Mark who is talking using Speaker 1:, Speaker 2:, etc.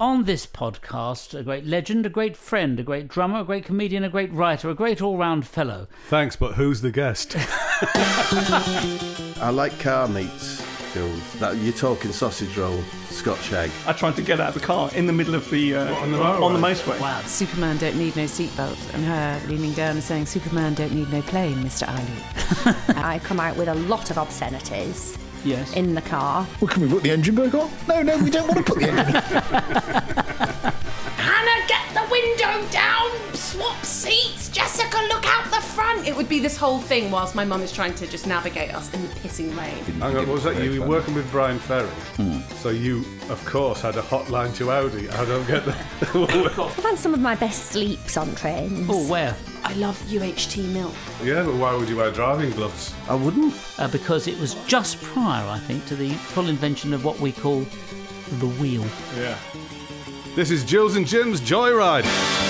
Speaker 1: on this podcast a great legend, a great friend, a great drummer, a great comedian, a great writer, a great all round fellow.
Speaker 2: Thanks, but who's the guest?
Speaker 3: I like car meats. Phil. That, you're talking sausage roll, Scotch egg.
Speaker 4: I tried to get out of the car in the middle of the uh,
Speaker 2: What, on the motorway?
Speaker 4: on the motorway.
Speaker 1: Wow.
Speaker 5: Superman don't need no seatbelt, and her leaning down and saying, Superman don't need no plane, Mr. Ali.
Speaker 6: I come out with a lot of obscenities
Speaker 4: Yes.
Speaker 6: in the car.
Speaker 7: Well, can we put the engine back on? No, no, we don't want to put the engine.
Speaker 8: Hannah, get the window down! Swap seats! Jessica, look out the front! It would be this whole thing whilst my mum is trying to just navigate us in the pissing rain.
Speaker 2: Hang on, what was that? You were working with Brian Ferry, so you, of course, had a hotline to Audi. I don't get that.
Speaker 6: I've had some of my best sleeps on trains.
Speaker 1: Oh, where?
Speaker 8: I love UHT milk.
Speaker 2: yeah, but why would you wear driving gloves?
Speaker 3: I wouldn't.
Speaker 1: Uh, because it was just prior, I think, to the full invention of what we call the wheel.
Speaker 2: Yeah. This is Jules and Jim's Joyride.